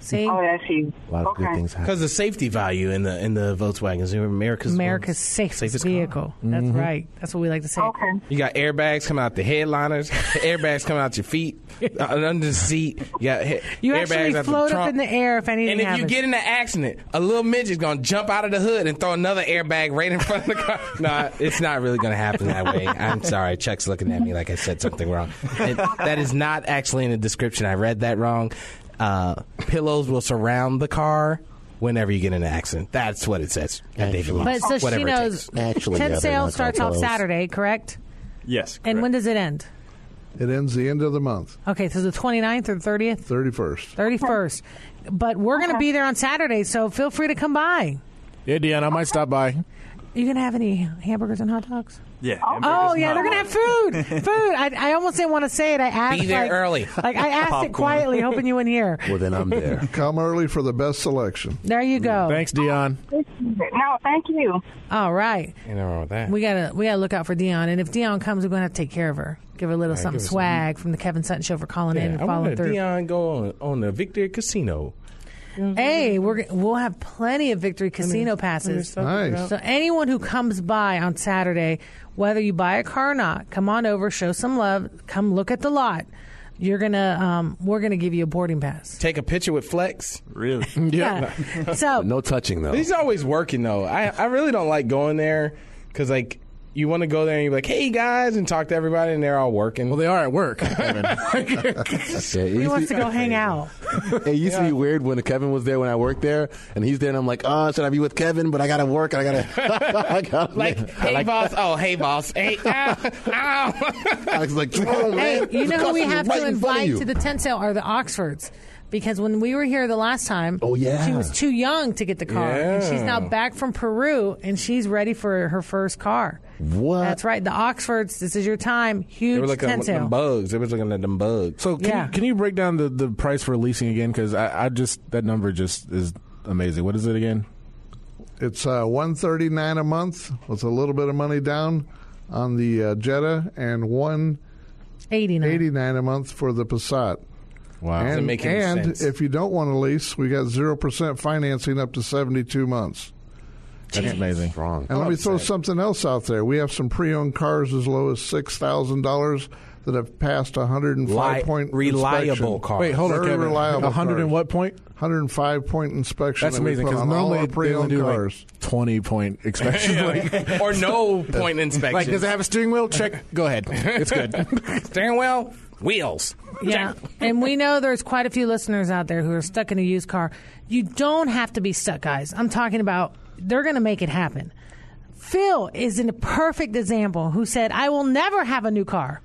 See, Oh, that's you. a lot of okay. good things happen. Because the safety value in the in the Volkswagens, you know, America's America's one- safest, safest car. Mm-hmm. vehicle. That's right. That's what we like to say. Okay. You got airbags coming out the headliners, airbags coming out your feet, uh, under the seat. You got he- You airbags actually out the float up trunk. in the air if anything And if you happens. get in an accident, a little midget's gonna jump out of the hood and throw another airbag right in front of the car. no, it's not really gonna happen that way. I'm sorry, Chuck's looking at me like I said something wrong. And that is not actually in the description. I read that wrong. Uh, pillows will surround the car whenever you get in an accident. That's what it says. at David but Actually. Lawrence. so Whatever she it knows. takes. Actually, yeah, tent they're sale not starts off called those. Saturday, correct? Yes. Correct. And when does it end? It ends the end of the month, Okay, so the 29th or 30th, 31st. 31st. But we're going to be there on Saturday, so feel free to come by. Yeah, Deanna, I might stop by. You gonna have any hamburgers and hot dogs? yeah. Oh hamburgers yeah, and they're hot gonna have food. Food. I, I almost didn't want to say it. I asked. Be there like, early. Like I asked it Popcorn. quietly, hoping you wouldn't hear. Well, then I'm there. Come early for the best selection. There you go. Thanks, Dion. No, thank you. All right, Ain't nothing wrong with that. we gotta we gotta look out for Dion, and if Dion comes, we're gonna have to take care of her. Give her a little something give her some- swag from the Kevin Sutton Show for calling in and I following want through. Dion go on on the Victor Casino. Hey, we're g- we'll have plenty of Victory Casino passes. Nice. So anyone who comes by on Saturday, whether you buy a car or not, come on over, show some love, come look at the lot. You're gonna, um, we're gonna give you a boarding pass. Take a picture with Flex. Really? Yeah. so No touching though. He's always working though. I, I really don't like going there because like you want to go there and you're like, hey guys, and talk to everybody, and they're all working. Well, they are at work. Kevin. Yeah, he wants to go hang out. It used to be weird when Kevin was there when I worked there, and he's there, and I'm like, oh, should I be with Kevin? But I gotta work, and I gotta, I gotta like, I hey boss, oh hey boss, hey, ow, ow. I was like, oh, "Come on, Hey, man. you This know who customer's we have right to in front of invite you." to the tent sale are the Oxfords. Because when we were here the last time, Oh, yeah. she was too young to get the car. And she's now back from Peru and she's ready for her first car. What? That's right. The Oxfords, this is your time. they Huge were looking tent at them sale. bugs. They were looking at them bugs. So can, Yeah. you, can you break down the, the price for leasing again? Because I, I just that number just is amazing. What is it again? It's uh, one thirty nine a month with a little bit of money down on the uh, Jetta and one 89. eighty nine a month for the Passat. Wow. And, make any and sense. if you don't want to lease, we got zero percent financing up to seventy two months. That's amazing. Wrong. And let me throw something else out there. We have some pre owned cars as low as six thousand dollars that have passed a hundred and Li- five point reliable inspection. car. Wait, hold on, Very Kevin. reliable 100 and cars. what point? 105 point inspection. That's that we amazing put because on all normally our they only pre-owned do cars. like 20 point inspection. like, or no point inspection. like, does it have a steering wheel? Check. Go ahead. It's good. steering wheel? Wheels. Yeah. and we know there's quite a few listeners out there who are stuck in a used car. You don't have to be stuck, guys. I'm talking about they're going to make it happen. Phil is in a perfect example who said, I will never have a new car.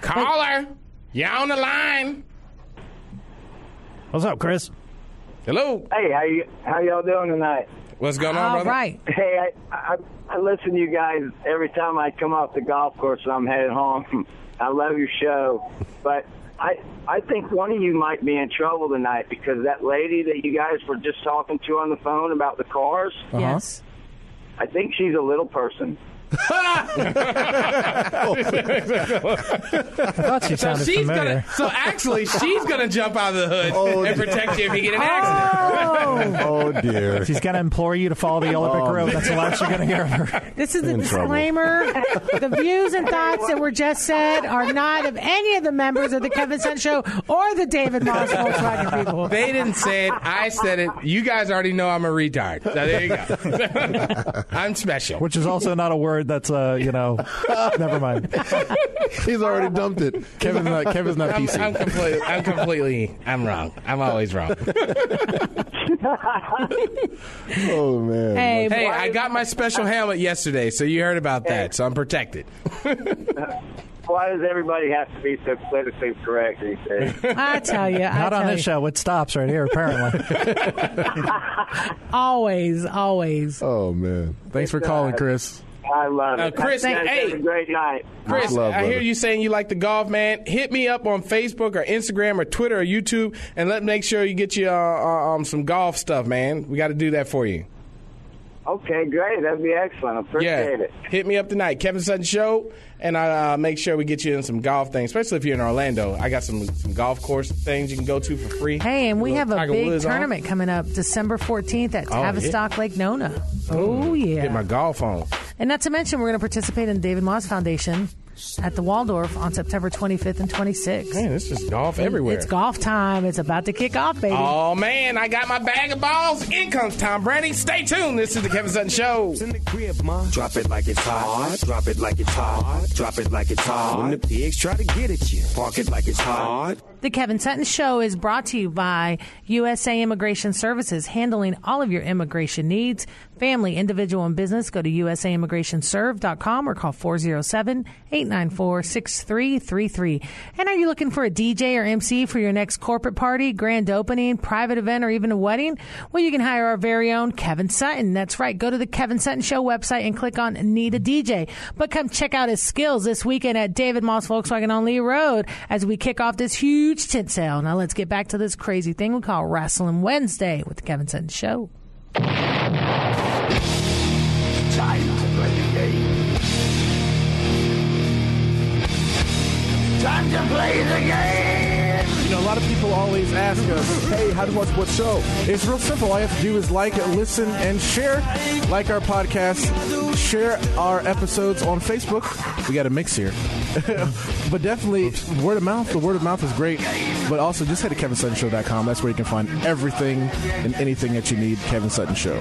Caller, you on the line? What's up, Chris? Hello. Hey, how you how y'all doing tonight? What's going on, All brother? right. Hey, I, I I listen to you guys every time I come off the golf course and I'm headed home. I love your show, but I I think one of you might be in trouble tonight because that lady that you guys were just talking to on the phone about the cars, Uh-huh. Yes. I think she's a little person. I thought she So sounded she's familiar. gonna. So actually, she's gonna jump out of the hood Oh, and no. protect you if you get in an accident. Oh dear. She's going to implore you to follow the Yellow Brick Road. That's the last you're going to hear of her. This is a In trouble. disclaimer. the views and thoughts that were just said are not of any of the members of the Kevin Sun Show or the David Moss Volkswagen people. They didn't say it. I said it. You guys already know I'm a retard. So there you go. I'm special. Which is also not a word that's, uh, you know, never mind. He's already dumped it. Kevin's not, uh, Kevin's not I'm, PC. I'm completely. I'm completely. I'm wrong. I'm always wrong. Oh man. Hey, Hey, I got my special helmet yesterday, so you heard about that. So I'm protected. Why does everybody have to be so politically correct these days? I tell you, I Not tell on this you. show. It stops right here, apparently. Always, always. Oh man. Thanks for calling, Chris. I love Now, it. Uh, Chris, You guys hey. have a great night. Chris, I hear you saying you like the golf, man. Hit me up on Facebook or Instagram or Twitter or YouTube, and let make sure you get you uh, uh, um, some golf stuff, man. We got to do that for you. Okay, great. That'd be excellent. Appreciate yeah, it. hit me up tonight, Kevin Sutton Show, and I uh, make sure we get you in some golf things, especially if you're in Orlando. I got some some golf course things you can go to for free. Hey, and we Little have a Tiger big Woods on. tournament coming up December 14th at Oh, yeah. Tavistock Lake Nona. Oh, yeah. Get my golf on. And not to mention, we're going to participate in the David Moss Foundation at the Waldorf on September 25th and 26th. Man, it's just golf everywhere. It's golf time. It's about to kick off, baby. Oh man, I got my bag of balls. In comes Tom Brady. Stay tuned. This is the Kevin Sutton Show. Drop it like it's hot. Drop it like it's hot. Drop it like it's hot. When the pigs try to get at you, park it like it's hot. The Kevin Sutton Show is brought to you by USA Immigration Services, handling all of your immigration needs. Family, individual, and business, go to usaimmigrationserve.com or call 407 894 6333. And are you looking for a DJ or MC for your next corporate party, grand opening, private event, or even a wedding? Well, you can hire our very own Kevin Sutton. That's right. Go to the Kevin Sutton Show website and click on Need a DJ. But come check out his skills this weekend at David Moss Volkswagen on Lee Road as we kick off this huge tent sale. Now let's get back to this crazy thing we call Wrestling Wednesday with the Kevin Sutton Show. Time to play the game. Time to play the game. You know, a lot of people always ask us, hey, how to watch what show? It's real simple. All you have to do is like, listen, and share. Like our podcast, share our episodes on Facebook. We got a mix here. but definitely, word of mouth. The word of mouth is great. But also, just head to kevinsuttonshow.com. That's where you can find everything and anything that you need, Kevin Sutton Show.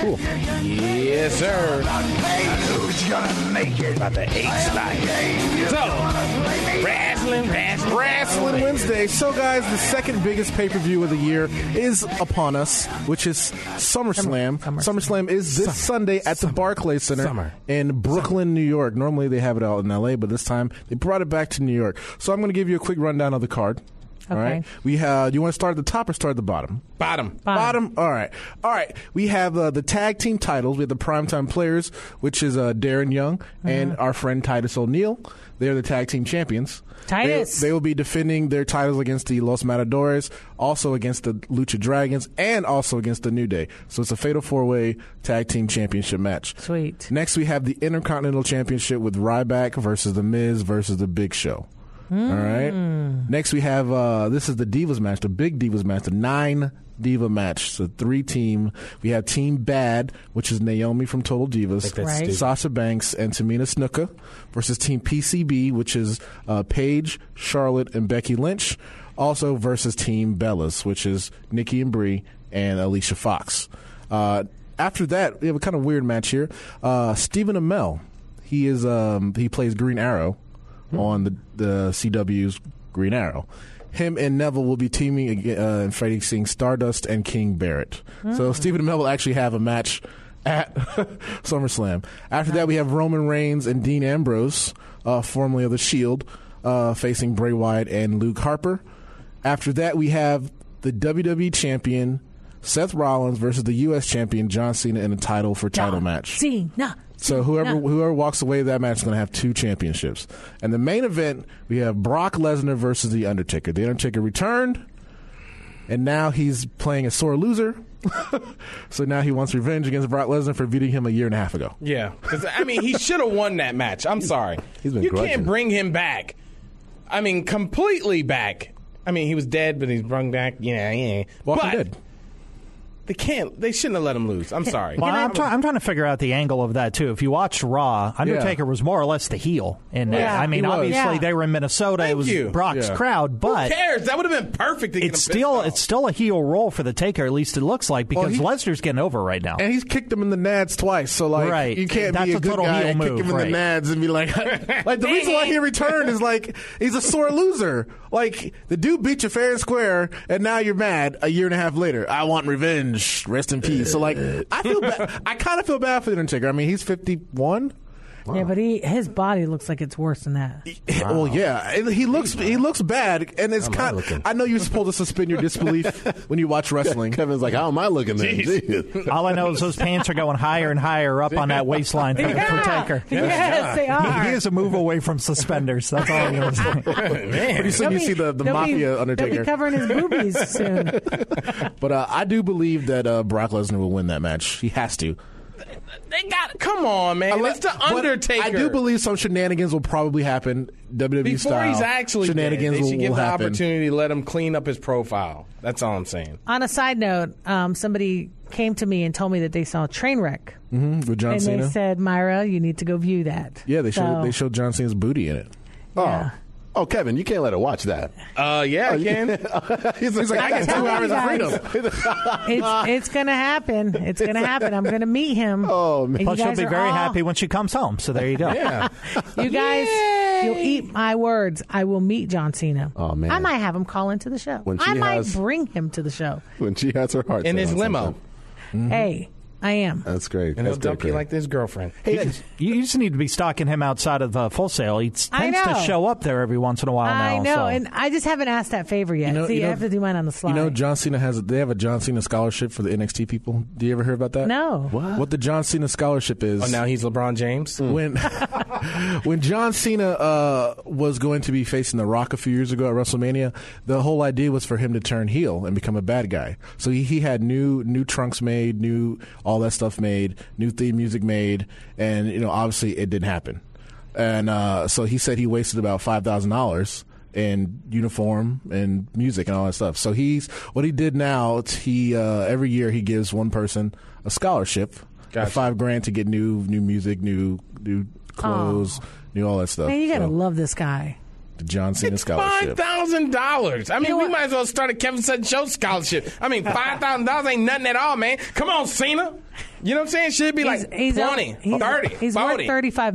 Cool. Yes, sir. Who's gonna make it? About the eight slide. So, wrestling, wrestling, Wrestling Wednesday. So, guys, the second biggest pay per view of the year is upon us, which is SummerSlam. SummerSlam is this Sunday at the Barclays Center in Brooklyn, New York. Normally they have it out in LA, but this time they brought it back to New York. So, I'm going to give you a quick rundown of the card. All Okay. right. We have. Do you want to start at the top or start at the bottom? Bottom. Bottom. All right. All right. We have uh, the tag team titles. We have the primetime players, which is uh, Darren Young and our friend Titus O'Neil. They're the tag team champions. Titus. They, they will be defending their titles against the Los Matadores, also against the Lucha Dragons, and also against the New Day. So it's a fatal four way tag team championship match. Sweet. Next, we have the Intercontinental Championship with Ryback versus The Miz versus The Big Show. All right. Next, we have uh, this is the Divas match, the big Divas match, the nine Diva match. So three team. We have Team Bad, which is Naomi from Total Divas, Think that's Right. stupid. Sasha Banks, and Tamina Snuka, versus Team PCB, which is uh, Paige, Charlotte, and Becky Lynch. Also versus Team Bellas, which is Nikki and Brie and Alicia Fox. Uh, after that, we have a kind of weird match here. Uh, Stephen Amell, he is um, he plays Green Arrow on the, the CW's Green Arrow. Him and Neville will be teaming ag- uh, and fighting seeing Stardust and King Barrett. So Stephen Amell will actually have a match at SummerSlam. After that, we have Roman Reigns and Dean Ambrose, uh, formerly of the Shield, uh, facing Bray Wyatt and Luke Harper. After that, we have the WWE champion Seth Rollins versus the U.S. champion John Cena in a title for title match. See, nah. So whoever No. whoever walks away with that match is going to have two championships. And the main event, we have Brock Lesnar versus The Undertaker. The Undertaker returned, and now he's playing a sore loser. so now he wants revenge against Brock Lesnar for beating him a year and a half ago. Yeah, 'Cause, I mean, he should have won that match. I'm sorry, he's been you grudging. can't bring him back. I mean, completely back. I mean, he was dead, but he's brung back. Yeah, yeah. Walking but dead. They can't. They shouldn't have let him lose. I'm sorry. Well, I'm, try- I'm trying to figure out the angle of that too. If you watch Raw, Undertaker was more or less the heel, and Yeah, I mean, he was. obviously Yeah. they were in Minnesota. it was you. Brock's Yeah. crowd, but Who cares? That would have been perfect. To get it's him pissed still it's still a heel role for the Taker. At least it looks like because he- Lesnar's getting over right now. And he's kicked him in the nads twice. So like, Right. you can't That's be a, a good total guy heel and move, kick him in right. the nads and be like, like the Dang reason why he it. returned is like he's a sore loser. Like the dude beat you fair and square, and now you're mad a year and a half later. I want revenge. Rest in peace. So like, I feel bad. I kind of feel bad for the Undertaker. I mean, he's 51. Yeah, but he his body looks like it's worse than that. Well, yeah, and he looks he looks bad, and it's kind. I know you're supposed to suspend your disbelief when you watch wrestling. Kevin's like, how am I looking then? Jeez. All I know is those pants are going higher and higher up on that waistline for, Yeah. for Taker. Yes, they are. He, he is a move away from suspenders. That's all I know. Man. Pretty soon you see the, the They'll be- mafia Undertaker. They'll be covering his boobies soon. but uh, I do believe that uh, Brock Lesnar will win that match. He has to. They got Come on, man. Unle- it's the but Undertaker. I do believe some shenanigans will probably happen. WWE before style. he's actually shenanigans dead, they will, should give will the happen. opportunity to let him clean up his profile. That's all I'm saying. On a side note, um, somebody came to me and told me that they saw Trainwreck, Mhm, with John and Cena. they said, "Myra, you need to go view that." yeah, they showed So- they showed John Cena's booty in it. Oh, oh, Kevin, you can't let her watch that. Uh, Oh, yeah, I can. He's like, I'm I get two telling hours you of guys, freedom. Oh. it's it's gonna happen. It's gonna happen. I'm gonna meet him. Oh man! Plus, she'll be very happy when she comes home. So there you go. Yeah. You guys, you'll eat my words. I will meet John Cena. Oh, man. I might have him call into the show. When she I might has- bring him to the show. When she has her heart In set his on limo. something. Mm-hmm. Hey, I am. That's great. And That's he'll dump great. you like this girlfriend. Hey, you, just, you just need to be stalking him outside of uh, full sale. He tends I to know. show up there every once in a while now. I know, so. and I just haven't asked that favor yet. You know- See, you know- I have to do mine on the slide. You know, John Cena has they have a John Cena scholarship for the NXT people. Do you ever hear about that? No. What? the John Cena scholarship is? Oh, now he's LeBron James. when when John Cena uh, was going to be facing The Rock a few years ago at WrestleMania, the whole idea was for him to turn heel and become a bad guy. So he, he had new new trunks made, new all that stuff made, new theme music made, and you know obviously it didn't happen. And uh, so he said he wasted about five thousand dollars in uniform and music and all that stuff. So he's what he did now. it's He uh, every year he gives one person a scholarship. Gotcha. Five grand to get new new music, new new Oh. clothes, new all that stuff. Man, you gotta So, love this guy. the John Cena Five scholarship. thousand dollars. I mean, we might as well start a Kevin Sutton Show scholarship. I mean, five thousand dollars ain't nothing at all, man. Come on, Cena. You know what I'm saying? Should be like he's up- 20, he's- 30, he's worth 40, 35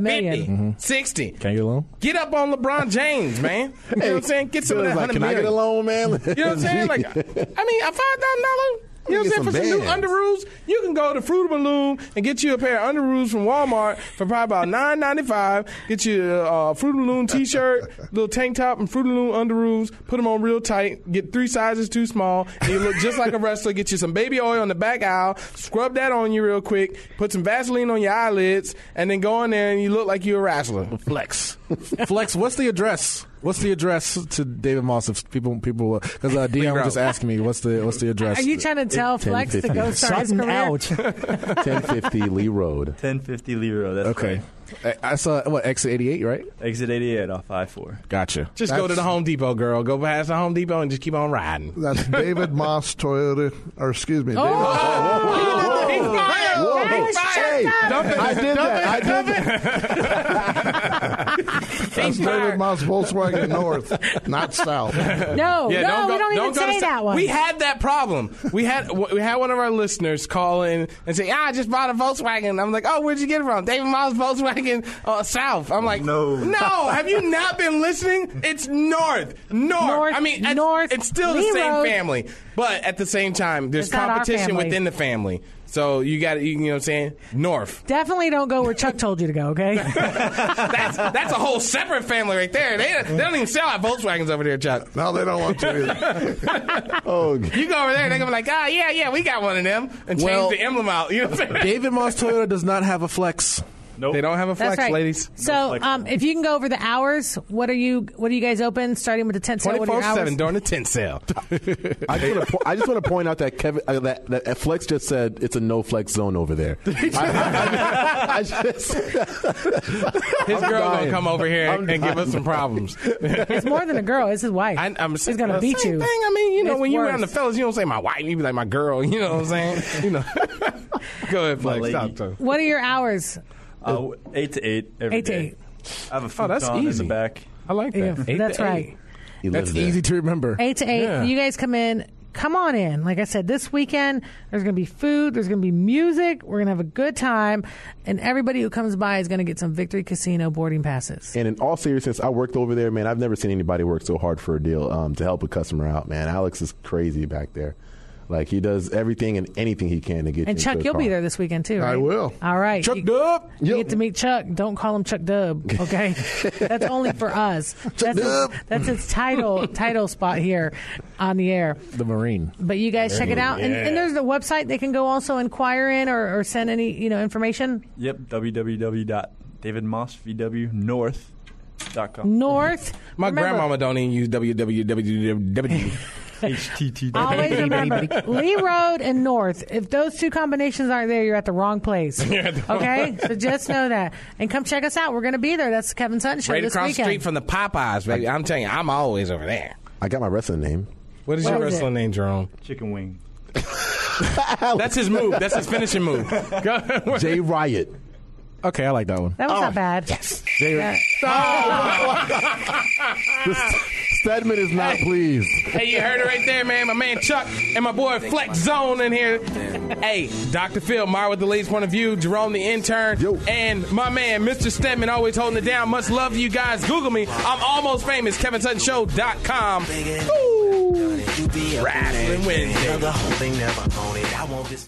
50, million. 60. Can I get a loan? Get up on LeBron James, man. You know what I'm saying? Get some of Bill's that like, hundred can I million. get a loan, man? You know what I'm saying? Like, I mean, a five thousand dollar. You know what I'm saying? For Get some some new bands. underoos, you can go to Fruit of Loom and get you a pair of underoos from Walmart for probably about nine ninety five. Get you a uh, Fruit of Loom t shirt, little tank top, and Fruit of Loom underoos. Put them on real tight. Get three sizes too small, and you look just like a wrestler. Get you some baby oil on the back aisle. Scrub that on you real quick. Put some Vaseline on your eyelids, and then go in there and you look like you're a wrestler. Flex. Flex, what's the address? What's the address to David Moss? If people people because uh, DM just asked me what's the what's the address? Are you trying to tell Flex to go start his career? Ten fifty Lee Road. 1050 Lira. That's Okay. right. I, I saw what exit eighty eight, right? Exit 88 off I 4. Gotcha. Just go to the Home Depot, girl. Go past the Home Depot and just keep on riding. That's David Moss Toyota, or excuse me, David Oh, Oh, I did that. I did That's David Moss Volkswagen Oh, North, not South. No, Oh, no, we don't even go to say Sa- that one. We had that problem. We had w- we had one of our listeners call in and say, "Ah, I just bought a Volkswagen." I'm like, "Oh, where'd you get it from?" David Miles Volkswagen uh, South. I'm like, No. no. Have you not been listening? It's North, North. North, I mean, it's, North, It's still the Lee same Road. family, but at the same time, there's It's not our competition family. within the family. So you got you, you know what I'm saying? North. Definitely don't go where Chuck told you to go. Okay. That's that's a whole separate family right there. They, they don't even sell out Volkswagens over there, Chuck. No, they don't want to either. Oh, You go over there, they're gonna be like, ah, yeah, yeah, we got one of them, and Well- change the emblem out. You know what I'm saying? David Moss Toyota does not have a flex. Nope. They don't have a flex, That's right, ladies. So, um, if you can go over the hours, what are you? What are you guys open? Starting with the tent sale. What are your 24 hours? 7 during the tent sale. I just, want to po- I just want to point out that Kevin, uh, that, that Flex just said it's a no flex zone over there. I, I- I just, His girl I'm gonna dying. come over here I'm and give us dying. some problems. It's more than a girl. It's his wife. I, I'm He's gonna beat same you. Thing. I mean, you know, It's when you worse. around the fellas, you don't say my wife. You be like my girl. You know what I'm saying? You know. Go ahead, Flex. lady. Stop talking. What are your hours? Uh, 8 to 8 every Eight to day. eight. I have a Oh, futon that's in easy. the back. I like that. Yeah, Eight that's to eight. right. He lives That's there. easy to remember. Eight to eight. Yeah. You guys come in. Come on in. Like I said, this weekend there's going to be food. There's going to be music. We're going to have a good time, and everybody who comes by is going to get some Victory Casino boarding passes. And in all seriousness, I worked over there, man. I've never seen anybody work so hard for a deal um, to help a customer out, man. Alex is crazy back there. Like he does everything and anything he can to get. And you Chuck, into a you'll car. be there this weekend too. I Right? will. All right, Chuck you, Dub. You get to meet Chuck. Don't call him Chuck Dub. Okay, that's only for us. that's Dub. His, that's his title title spot here on the air. The Marine. But you guys check it out, and, Yeah. and there's the website they can go also inquire in or, or send any you know information. Yep, www.davidmossvwnorth.com. North. My Remember- grandmama don't even use www. Always remember Lee Road and North. If those two combinations aren't there, you're at the wrong place. You're at the wrong- okay, so just know that, and come check us out. We're going to be there. That's the Kevin Sutton Show Right this across the weekend. street from the Popeyes, baby. I'm telling you, I'm always over there. I got my wrestling name. What is What your is it? wrestling name, Jerome? Chicken wing. That's his move. That's his finishing move. Jay Riot. Okay, I like that one. That was Oh. not bad. Jay Yeah. Stedman is not pleased. Hey, you heard it right there, man. My man Chuck and my boy Flex Zone in here. Hey, Dr. Phil, Mar with the latest point of view, Jerome the intern, and my man Mr. Stedman always holding it down. Much love to you guys. Google me. I'm almost famous. KevinSuttonShow.com. Woo! Wrestling Wednesday. Another whole thing never own it. I want this.